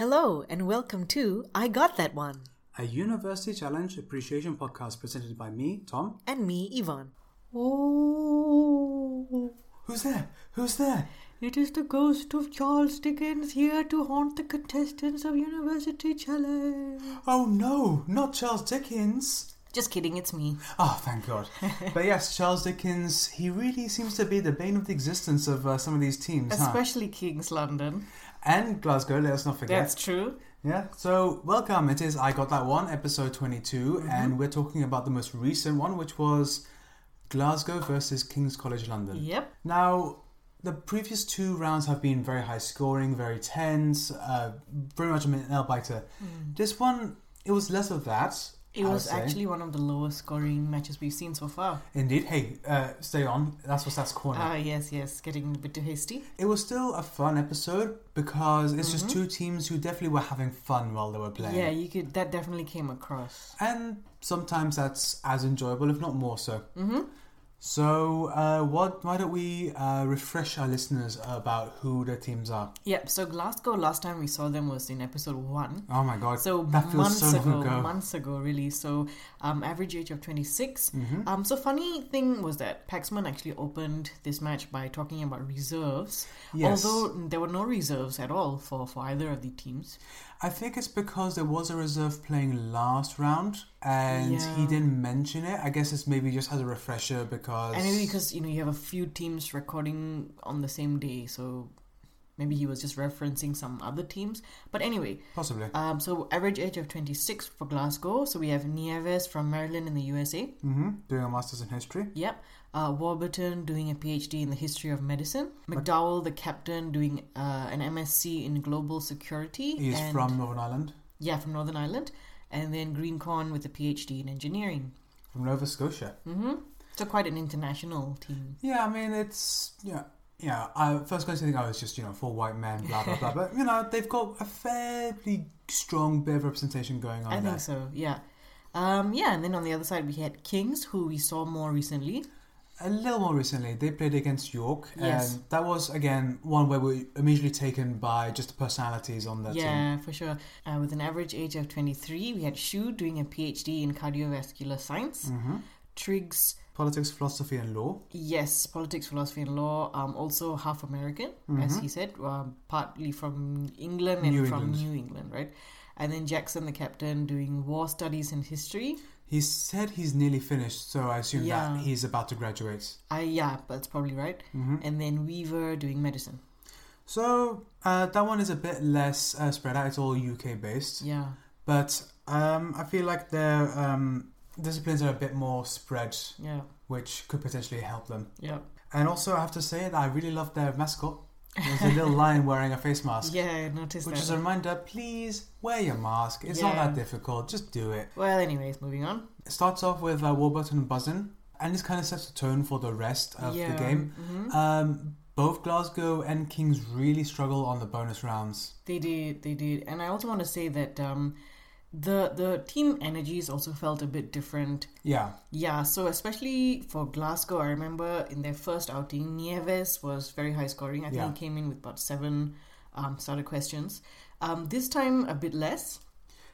Hello, and welcome to I Got That One, a University Challenge Appreciation podcast presented by me, Tom. and me, Yvonne. Oh, who's there? Who's there? It is the ghost of Charles Dickens here to haunt the contestants of University Challenge. Oh no, not Charles Dickens. Just kidding, it's me. Oh, thank God. but yes, Charles Dickens, he really seems to be the bane of the existence of uh, some of these teams, huh? Especially King's London. And Glasgow, let us not forget. That's true. Yeah, so welcome. It is I Got That One, episode 22, and we're talking about the most recent one, which was Glasgow versus King's College London. Yep. Now, the previous two rounds have been very high scoring, very tense, uh, very much a nail biter. This one, it was less of that. Mm. It I would was say. actually one of the lowest scoring matches we've seen so far. Indeed. Hey, uh, stay on. That's what's that's corner. Ah, yes, yes, getting a bit too hasty. it was still a fun episode because it's just two teams who definitely were having fun while they were playing. Mm-hmm. Yeah, you could. That definitely came across. And sometimes that's as enjoyable, if not more so. Mm-hmm. So, uh, what? Why don't we uh, refresh our listeners about who the teams are? Yep. So Glasgow, last time we saw them was in episode one. Oh my god, So that feels months so ago, long ago. months ago, really. So, um, average age of 26. Mm-hmm. Um, so funny thing was that Paxman actually opened this match by talking about reserves, Yes. although there were no reserves at all for, for either of the teams. I think it's because there was a reserve playing last round and he Yeah. didn't mention it. I guess it's maybe just as a refresher because. And maybe because you know you have a few teams recording on the same day, so maybe he was just referencing some other teams. But anyway, Possibly. Um, so average age of 26 for Glasgow. So we have Nieves from Maryland in the USA. hmm Doing a master's in history. Yep. Uh, Warburton doing a PhD in the history of medicine. McDowell, the captain, doing uh, an MSc in global security. He's and- from Northern Ireland, yeah from Northern Ireland, and then Greencorn with a PhD in engineering. from Nova Scotia. Mm. So quite an international team. Yeah, I mean, it's. Yeah. Yeah, I first going to think, oh, it's just, you know, four white men, blah, blah, blah. But, you know, they've got a fairly strong bit of representation going on I there. think so. Yeah. Um, yeah, and then on the other side we had Kings, who we saw more recently. A little more recently, they played against York. Yes. And that was, again, one where we were immediately taken by just the personalities on that team. Yeah, for sure. Uh, with an average age of 23, we had Shu doing a PhD in cardiovascular science. Mm-hmm. Triggs, Politics, philosophy, and law. yes, politics, philosophy, and law. Um, also half American, as he said, um, partly from England and Mm-hmm. New from England. New England, right? And then Jackson, the captain, doing war studies and history. He said he's nearly finished, so I assume Yeah. that he's about to graduate. I yeah, that's probably right. Mm-hmm. And then Weaver doing medicine. So uh, that one is a bit less uh, spread out. It's all UK based, Yeah, but um, I feel like their um, disciplines are a bit more spread, yeah, which could potentially help them. yeah, And also, I have to say that I really love their mascot. There's a little lion wearing a face mask, yeah. I noticed which that. is a reminder: please wear your mask. It's not Yeah. that difficult. Just do it. well, anyways, moving on. It starts off with uh, Warburton buzzing, and this kind of sets the tone for the rest of yeah. the game. mhm. Um, both Glasgow and Kings really struggle on the bonus rounds. They did, they did, and I also want to say that um, the the team energies also felt a bit different. Yeah, Yeah, so especially for Glasgow, I remember in their first outing, Nieves was very high scoring. I think Yeah. he came in with about seven um, starter questions. Um, this time, a bit less.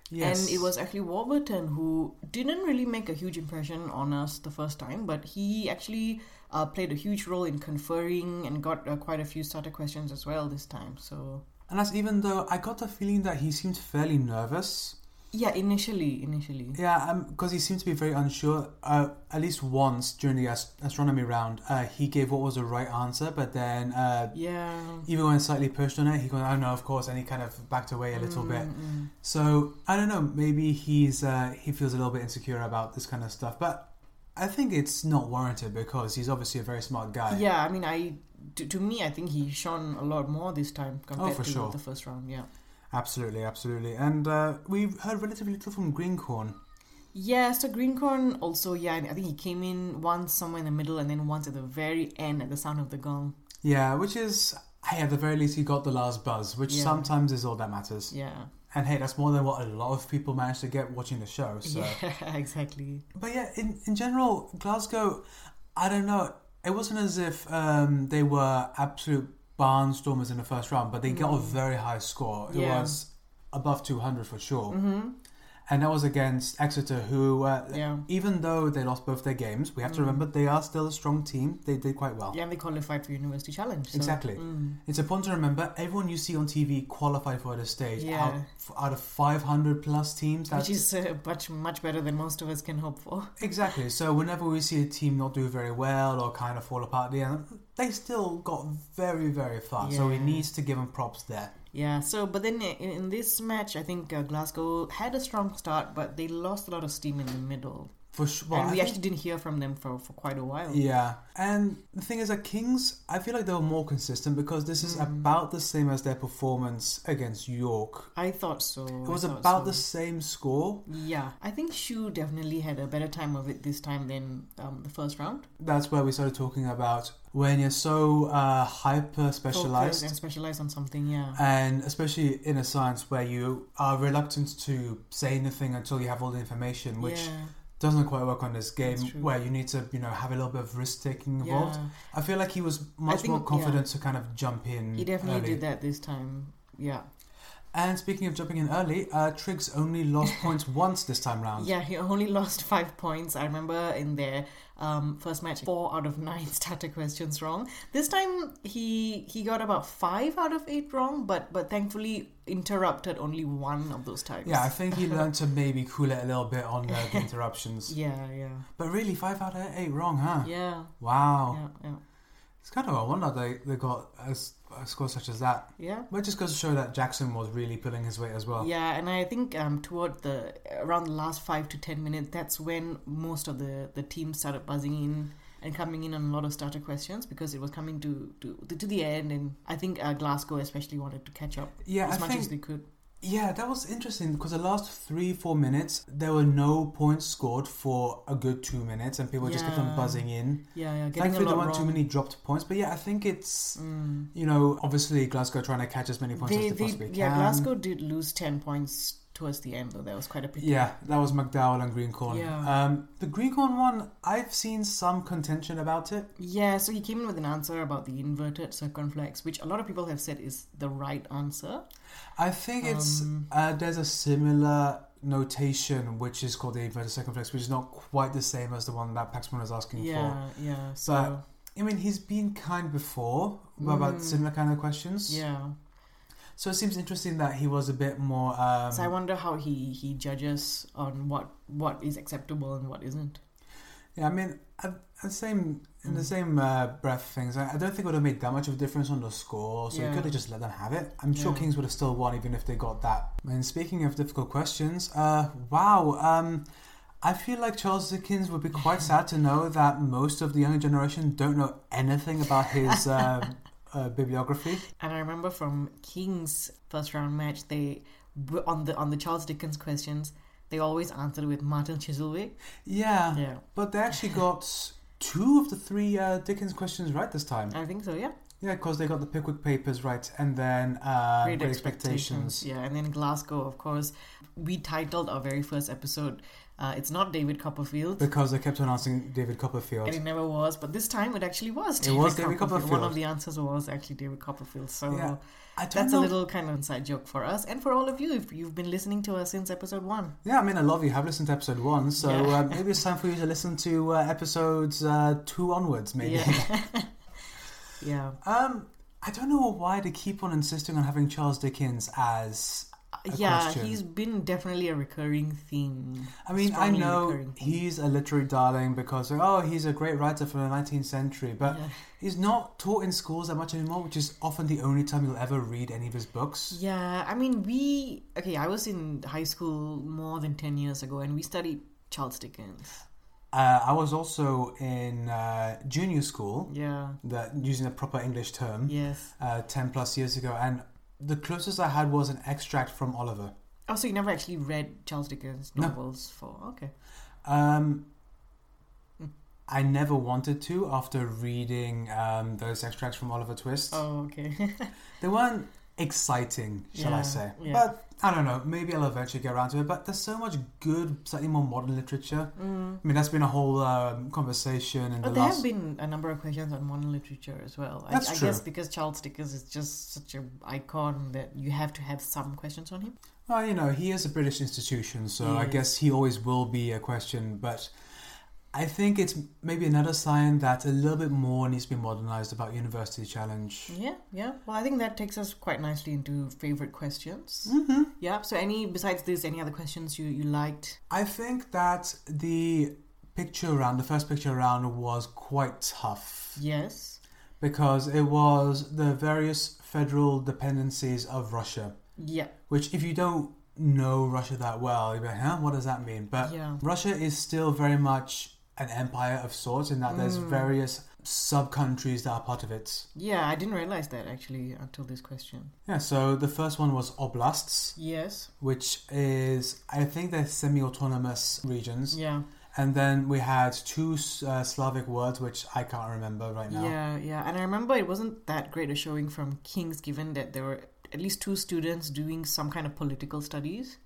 yes, And it was actually Warburton who didn't really make a huge impression on us the first time, but he actually uh, played a huge role in conferring and got uh, quite a few starter questions as well this time. So, and that's even though I got the feeling that he seemed fairly nervous. yeah, initially, initially. Yeah, because he seemed to be very unsure. Uh, at least once during the ast- astronomy round, uh, he gave what was the right answer, but then uh, Yeah. even when slightly pushed on it, he goes, "Oh no, of course," and he kind of backed away a little Mm. bit. So I don't know. Maybe he's uh, he feels a little bit insecure about this kind of stuff, but I think it's not warranted because he's obviously a very smart guy. Yeah, I mean, I to, to me, I think he shone a lot more this time compared for to sure. the first round. Yeah. Absolutely, absolutely. And uh, we heard relatively little from Greencorn. Yeah, so Greencorn also, yeah, I think he came in once somewhere in the middle and then once at the very end at the sound of the gong. Yeah, which is, hey, at the very least, he got the last buzz, which Yeah. sometimes is all that matters. Yeah. And hey, that's more than what a lot of people managed to get watching the show. So, Yeah, exactly. but yeah, in, in general, Glasgow, I don't know. It wasn't as if um, they were absolute barnstormers in the first round, but they got a very high score. It Mm. Yeah. Mm-hmm. was above 200 for sure. And that was against Exeter, who, uh, Yeah. even though they lost both their games, we have to remember they are still a strong team. They did quite well. Mm. Yeah, and they qualified for University Challenge. so- mm. Exactly. It's important to remember everyone you see on TV qualified for the stage Yeah. out, f- out of 500 plus teams. That's Which is uh, much much better than most of us can hope for. exactly. So whenever we see a team not do very well or kind of fall apart, at the end, they still got very very far. So we Yeah. need to give them props there. Yeah. So, but then i- in, in this match, I think uh, Glasgow had a strong start, but they lost a lot of steam in the middle, For sure. and we actually didn't hear from them for, for quite a while. Yeah, and the thing is that Kings, I feel like they were more consistent because this Mm. is about the same as their performance against York. I thought so. It was about the same score. Yeah, I think Shu definitely had a better time of it this time than um, the first round. That's where we started talking about when you're so uh, hyper Focused specialized, and specialized on something. Yeah. and especially in a science where you are reluctant to say anything until you have all the information, which yeah. doesn't quite work on this game, That's true. where you need to you know have a little bit of risk taking involved. Yeah. I feel like he was much think- more yeah. confident to kind of jump in. He definitely early. did that this time. Yeah. And speaking of jumping in early, uh, Triggs only lost points once this time round. Yeah, he only lost five points. I remember in their um, first match, four out of nine starter questions wrong. This time he he got about five out of eight wrong, but but thankfully interrupted only one of those times. Yeah, I think he learned to maybe cool it a little bit on uh, the interruptions. yeah, yeah, But really, five out of eight wrong, huh? yeah, Wow. yeah, yeah, It's kind of a wonder they, they got a, s- a score such as that. yeah. But it just goes to show that Jackson was really pulling his weight as well. Yeah, and I think um, toward the around the last five to ten minutes, that's when most of the the team started buzzing in and coming in on a lot of starter questions because it was coming to to to the end, and I think uh, Glasgow especially wanted to catch up Yeah, as I much think as they could. yeah, that was interesting because the last three four minutes there were no points scored for a good two minutes, and people just kept on Yeah. buzzing in. Yeah, yeah, getting Thankfully, a there lot weren't too wrong. many dropped points. But yeah, I think it's Mm. You know, obviously Glasgow trying to catch as many points They, as they, they, possibly yeah, can. Glasgow did lose ten points towards the end, though that was quite a pity. Yeah, that was McDowell and Greencorn. Yeah. Um, the Greencorn one, I've seen some contention about it. Yeah, so he came in with an answer about the inverted circumflex, which a lot of people have said is the right answer. I think it's Um, uh, there's a similar notation which is called the inverted circumflex, which is not quite the same as the one that Paxman was asking for. Yeah, yeah. So I mean, he's been kind before about Mm. similar kind of questions. yeah. So it seems interesting that he was a bit more. Um, So I wonder how he he judges on what what is acceptable and what isn't. Yeah, I mean, at, at same in Mm. the same uh, breath things, I, I don't think it would have made that much of a difference on the score. So we Yeah. could have just let them have it. I'm sure Yeah. Kings would have still won even if they got that. And speaking of difficult questions, uh, wow, um, I feel like Charles Dickens would be quite sad to know that most of the younger generation don't know anything about his. Uh, Uh, bibliography. And I remember from King's first round match, they on the on the Charles Dickens questions, they always answered with Martin Chiselwick. Yeah, Yeah, but they actually got two of the three uh, Dickens questions right this time. I think so. Yeah, Yeah, because they got the Pickwick Papers right, and then uh, Great, Expectations. Yeah, and then Glasgow, of course. We titled our very first episode. Uh, it's not David Copperfield, Because they kept on asking David Copperfield. and it never was, but this time it actually was. It was David Copperfield. One of the answers was actually David Copperfield. So. Yeah. I don't That's know. a little kind of inside joke for us and for all of you if you've been listening to us since episode one. Yeah, I mean, a lot of you have listened to episode one, so Yeah. uh, maybe it's time for you to listen to uh, episodes uh, two onwards, maybe. Yeah. yeah. Um, I don't know why they keep on insisting on having Charles Dickens as. A yeah, question. he's been definitely a recurring theme. I mean, Strongly I know recurring theme. he's a literary darling because, oh, he's a great writer from the 19th century, but Yeah. he's not taught in schools that much anymore, which is often the only time you'll ever read any of his books. Yeah, I mean, we. Okay, I was in high school more than 10 years ago and we studied Charles Dickens. Uh, I was also in uh, junior school, Yeah. that using a proper English term, Yes. uh, 10 plus years ago, and the closest I had was an extract from Oliver. Oh, so you never actually read Charles Dickens No. novels for. Okay. Um, I never wanted to after reading um, those extracts from Oliver Twist. Oh, okay. They weren't exciting, shall I Yeah, say. yeah. But I don't know, maybe I'll eventually get around to it. But there's so much good, slightly more modern literature. mm. I mean, that's been a whole um, conversation in But the there last. have been a number of questions on modern literature as well. I, That's I true. guess because Charles Dickens is just such an icon that you have to have some questions on him. Well, you know, he is a British institution, so I Yes. guess he always will be a question. But I think it's maybe another sign that a little bit more needs to be modernized about University Challenge. Yeah, yeah. Well, I think that takes us quite nicely into favorite questions. Mm-hmm. Yeah. So, any besides this, any other questions you you liked? I think that the picture round, the first picture round, was quite tough Yes. because it was the various federal dependencies of Russia. Yeah. Which, if you don't know Russia that well, you'd be like, huh, what does that mean? But Yeah. Russia is still very much an empire of sorts in that there's Mm. various sub countries that are part of it. Yeah. I didn't realize that actually until this question. Yeah, so the first one was oblasts, Yes. which is, I think, they're semi autonomous regions. Yeah. And then we had two uh, Slavic words, which I can't remember right now. Yeah. Yeah. And I remember it wasn't that great a showing from Kings, given that there were at least two students doing some kind of political studies.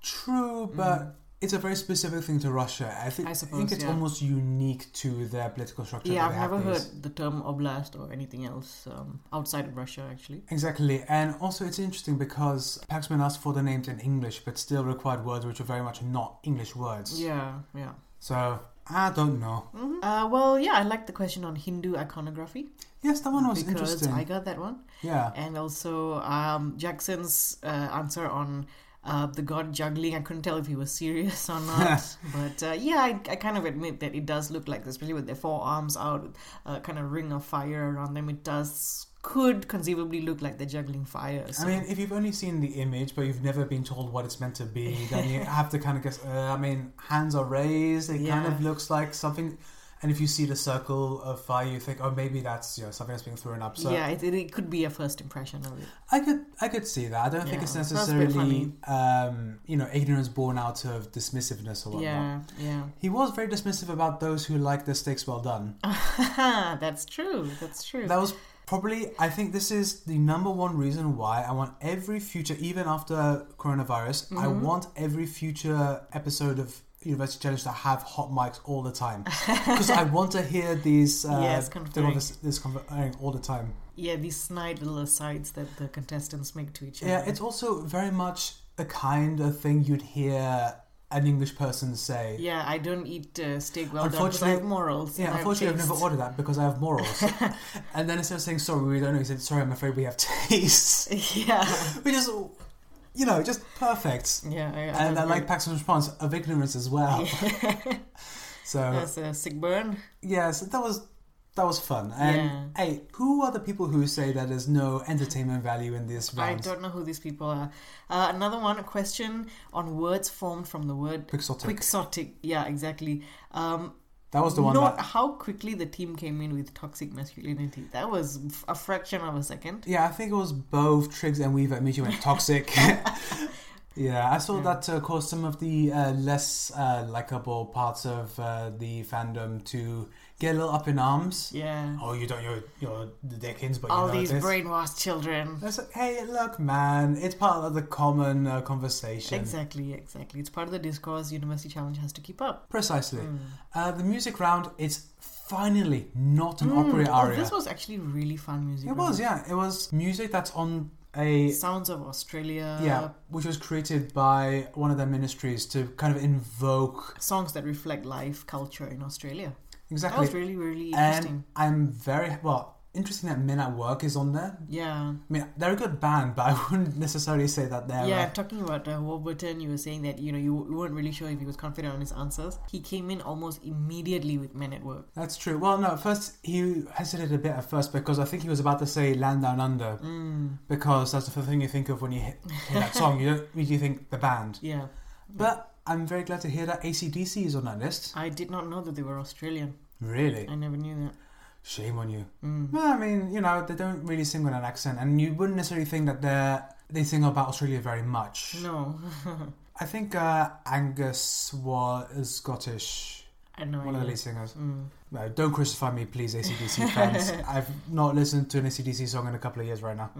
True, but it's a very specific thing to Russia. I, thi- Mm. I think suppose, it's yeah. almost unique to their political structure. yeah. that I've they have never these. heard the term oblast or anything else um, outside of Russia actually. Exactly, and also it's interesting because Paxman asked for the names in English, but still required words which are very much not English words. Yeah. Yeah. So I don't know. Mhm. Uh, well, yeah, I like the question on Hindu iconography Yes, that one was because interesting. I got that one. Yeah, and also um, Jackson's uh, answer on uh, the god juggling. I couldn't tell if he was serious or not, but uh, yeah, I, I kind of admit that it does look like, this, especially with their four arms out, uh, kind of ring of fire around them. It does could conceivably look like they're juggling fire. So. I mean, if you've only seen the image but you've never been told what it's meant to be, then you have to kind of guess. Uh, I mean, hands are raised. It kind of Yeah. looks like something. And if you see the circle of fire, you think, oh, maybe that's you know something that's being thrown up. So yeah, it, it, it could be a first impression of it. I could I could see that. I don't think Yeah, it's sounds a bit necessarily um, you know ignorance born out of dismissiveness or whatnot. Yeah, yeah. He was very dismissive about those who like the steaks well done. that's true. That's true. That was probably, I think, this is the number one reason why I want every future, even after coronavirus, I want every future episode of University Challenge to have hot mics all the time because I want to hear these. Uh, Yes, the- conferring. This, this conferring all the time. yeah, these snide little asides that the contestants make to each other. Yeah, it's also very much the kind of thing you'd hear an English person say. Yeah, I don't eat uh, steak well done because I have Unfortunately- morals. Yeah, and I have unfortunately, I've tastes. never ordered that because I have morals. and then instead of saying sorry, we don't know, he said sorry. I'm afraid we have tastes, yeah, which is, you know, just perfect. yeah. I, I And I have like heard- Paxton's response of ignorance as well. so That's a sick burn. yeah, so that was that was fun. And hey, who are the people who say that there's no entertainment value in this I round? don't know who these people are. Uh, another one, a question on words formed from the word Quixotic. quixotic. Yeah, exactly. Um, that was the one note that. how quickly the team came in with toxic masculinity. That was f- a fraction of a second. Yeah, I think it was both Triggs and Weaver. Immediately went toxic. yeah, I saw that uh, caused some of the uh, less uh, likable parts of uh, the fandom to get a little up in arms. Yeah. Oh, you don't, you're, you're the Dickens, but All you know these this. brainwashed children. That's like, hey, look, man, it's part of the common uh, conversation. Exactly, exactly. It's part of the discourse University Challenge has to keep up. Precisely. Mm. Uh, the music round, it's finally not an opera Oh, aria. this was actually really fun music. it round. was, yeah. It was music that's on a. Sounds of Australia. Yeah, which was created by one of their ministries to kind of invoke. Songs that reflect life, culture in Australia. That Exactly. was really, really and interesting. I'm very. Well, interesting that Men at Work is on there. yeah. I mean, they're a good band, but I wouldn't necessarily say that they're. Yeah, uh, talking about uh, Warburton, you were saying that, you know, you you weren't really sure if he was confident on his answers. He came in almost immediately with Men at Work. That's true. Well, no, first he hesitated a bit at first because I think he was about to say "Land Down Under" Mm, because that's the thing you think of when you hit, hear that song. You don't really think the band, Yeah. but I'm very glad to hear that ACDC is on that list. I did not know that they were Australian. Really, I never knew that. Mm. shame on you. Well, I mean, you know, they don't really sing with an accent, and you wouldn't necessarily think that they're they sing about Australia very much. No. I think uh, Angus was Scottish. I had no One of the idea. lead singers. Mm. No, don't crucify me, please, ACDC fans. I've not listened to an ACDC song in a couple of years right now.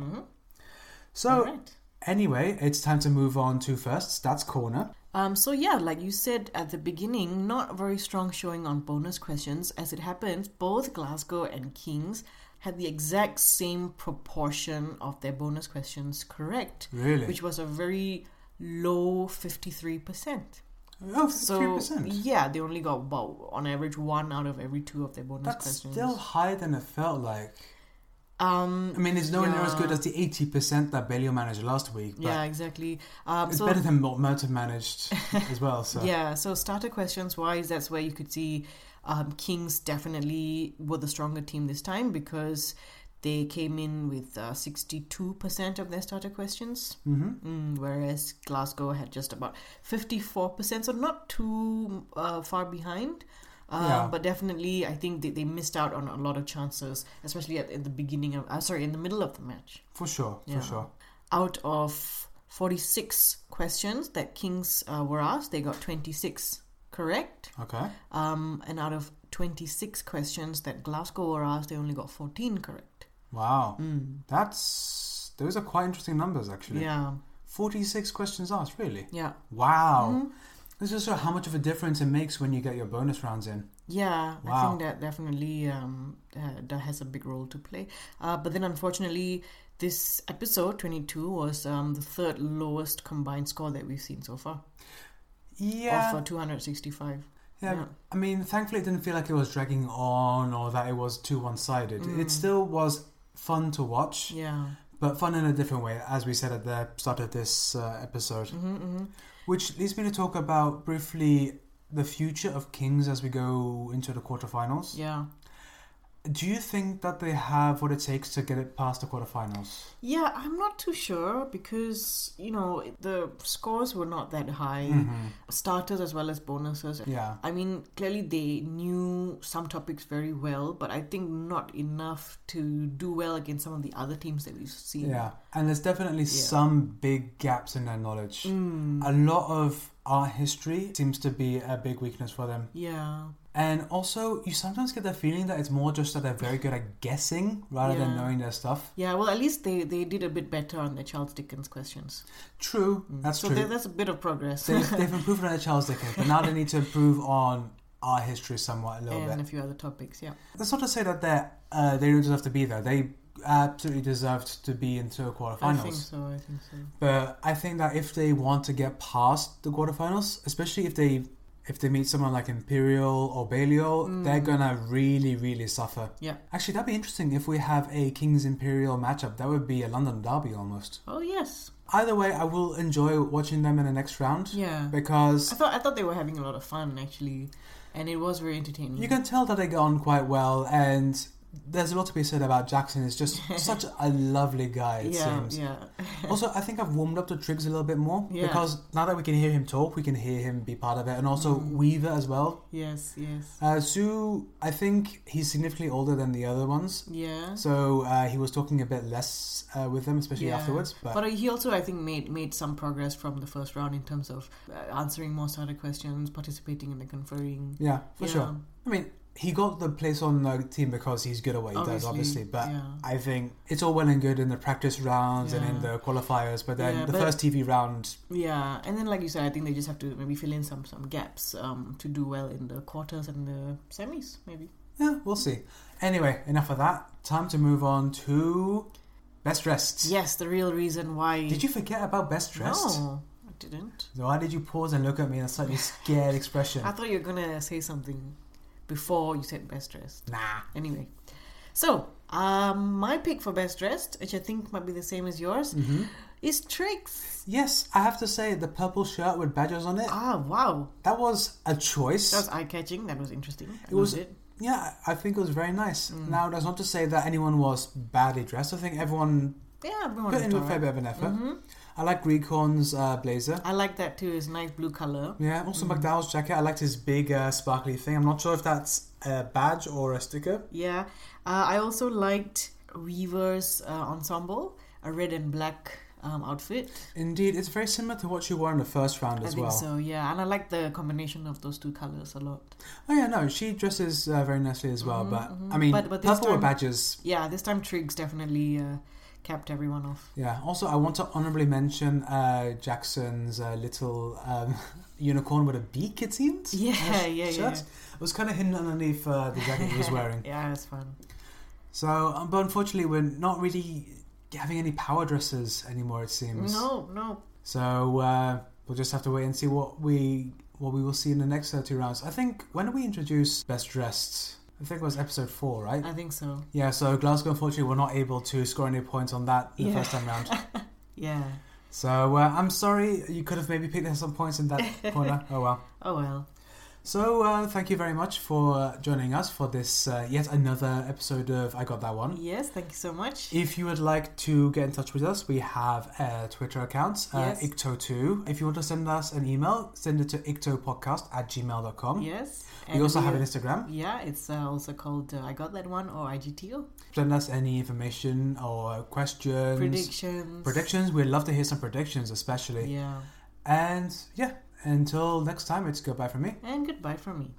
So, Mm-hmm. All right. anyway, it's time to move on to first Stats Corner. Um, so yeah, like you said at the beginning, not very strong showing on bonus questions. As it happens, both Glasgow and Kings had the exact same proportion of their bonus questions correct, Really? which was a very low 53%. Oh, 53%. So, yeah, they only got about, on average, one out of every two of their bonus mm, That's questions. still higher than it felt like. um, I mean, it's nowhere near as Yeah. good as the 80% that Belial managed last week, but yeah, exactly. Um, it's so better than what Merton managed as well. So Yeah, so starter questions wise, that's where you could see um, Kings definitely were the stronger team this time because they came in with uh, 62% of their starter questions, hmm mm, whereas Glasgow had just about 54%, so not too uh, far behind. Um, Yeah. But definitely, I think they, they missed out on a lot of chances, especially at, at the beginning of, uh, sorry, in the middle of the match for sure, Yeah. for sure. out of 46 questions that kings uh, were asked they got 26 correct Okay. um, and out of 26 questions that glasgow were asked they only got 14 correct Wow. mm. That's. Those are quite interesting numbers, actually. yeah 46 questions asked, really? yeah Wow. Mhm. This is how much of a difference it makes when you get your bonus rounds in. Yeah, I Wow. think that definitely um, uh, that has a big role to play. Uh, but then, unfortunately, this episode 22 was um, the third lowest combined score that we've seen so far Yeah. of uh, 265. yeah. yeah. I mean, thankfully, it didn't feel like it was dragging on or that it was too one sided. It still was fun to watch, Mm. Yeah. but fun in a different way, as we said at the start of this uh, episode. hmm hmm Which leads me to talk about briefly the future of Kings as we go into the quarterfinals. Yeah. Do you think that they have what it takes to get it past the quarterfinals? Yeah, I'm not too sure because, you know, the scores were not that high, Mhm. starters as well as bonuses. Yeah. I mean, clearly they knew some topics very well, but I think not enough to do well against some of the other teams that we've seen. Yeah, and there's definitely Yeah. some big gaps in their knowledge. Mm, A lot of art history seems to be a big weakness for them. yeah. And also, you sometimes get the feeling that it's more just that they're very good at guessing rather than Yeah. knowing their stuff. Yeah, well, at least they, they did a bit better on the Charles Dickens questions. True, that's Mm. so true. there- that's a bit of progress. They've, they've improved on their Charles Dickens, but now they need to improve on art history somewhat a little and a bit. few other topics, yeah. That's not to say that they're, uh, they don't deserve to be there. They absolutely deserved to be into a quarterfinals. I think so, I think so. But I think that if they want to get past the quarterfinals, especially if they if they meet someone like Imperial or Balliol, Mm. they're gonna really, really suffer. Yeah. Actually that'd be interesting if we have a Kings Imperial matchup. That would be a London derby almost. Oh, yes. Either way, I will enjoy watching them in the next round Yeah. I because thought I thought they were having a lot of fun actually, and it was very entertaining. you can tell that they get on quite well and there's a lot to be said about Jackson. He's just such a lovely guy, it yeah, seems. yeah, Also, I think I've warmed up to Triggs a little bit more Yeah. because now that we can hear him talk, we can hear him be part of it, and also Mm. Weaver as well. yes, yes, Uh, Sue, I think he's significantly older than the other ones, yeah. so uh, he was talking a bit less uh, with them, especially Yeah. afterwards. But, But he also, I think, made made some progress from the first round in terms of uh, answering more starter questions, participating in the conferring. yeah, for Yeah. sure. I mean, he got the place on uh, the team because he's good at what he does, obviously. But yeah. I think it's all well and good in the practice rounds and in Yeah. the qualifiers, but then Yeah, the but- first TV round, yeah, and then like you said, I think they just have to maybe fill in some some gaps um, to do well in the quarters and the semis, maybe. Yeah, we'll see. Anyway, enough of that. Time to move on to best dressed. Yes, the real reason why. Did you forget about best dressed? No, I didn't. Why did you pause and look at me in a slightly scared expression? I thought you were gonna say something before you said best dressed. nah. Anyway, so um, my pick for best dressed, which I think might be the same as yours, Mm-hmm. is Trix. Yes, I have to say the purple shirt with badgers on it. Ah, wow, That was a choice. that was eye catching. That was interesting. I It was- loved it. yeah, I think it was very nice. Mm. Now, that's not to say that anyone was badly dressed. I think everyone Yeah, everyone put was Mm-hmm. in a fair alright. bit of an effort. I like Greekhorn's uh, blazer. I like that too. It's nice blue color. Yeah, also Mm. McDowell's jacket. I liked his big uh, sparkly thing. I'm not sure if that's a badge or a sticker. Yeah, uh, I also liked Weaver's uh, ensemble, a red and black um, outfit. Indeed, it's very similar to what you wore in the first round I as think well. so. Yeah, and I like the combination of those two colors a lot. Oh yeah, no, she dresses uh, very nicely as well. But I Mm-hmm, mean, But- but this purple or time- badges. Yeah, this time Triggs definitely uh, capped everyone off. Yeah. Also, I want to honorably mention uh, Jackson's uh, little um, unicorn with a beak. It seemed. Yeah, on his yeah, yeah, shirt. yeah. It was kind of hidden underneath uh, the jacket he was wearing. Yeah, it's fun. So, um, but unfortunately, we're not really having any power dresses anymore. It seems. No, no. So uh, we'll just have to wait and see what we what we will see in the next uh, two rounds. I think when we introduce best dressed, I think it was episode four, right? I think so. Yeah. So Glasgow unfortunately were not able to score any points on that the Yeah. first time round. Yeah. So uh, I'm sorry, you could have maybe picked up some points in that corner. Oh well. Oh well. So uh, thank you very much for uh, joining us for this uh, yet another episode of I Got That One. Yes, thank you so much. If you would like to get in touch with us, we have a Twitter account, uh, Yes. Icto2. If you want to send us an email, send it to ictopodcast at gmail.com. Yes. We also have we're- an Instagram. Yeah, it's uh, also called uh, I Got That One or IGTO. Send us any information or questions. Predictions. Predictions. We'd love to hear some predictions, especially. Yeah. And yeah, until next time, it's goodbye from me. And goodbye from me.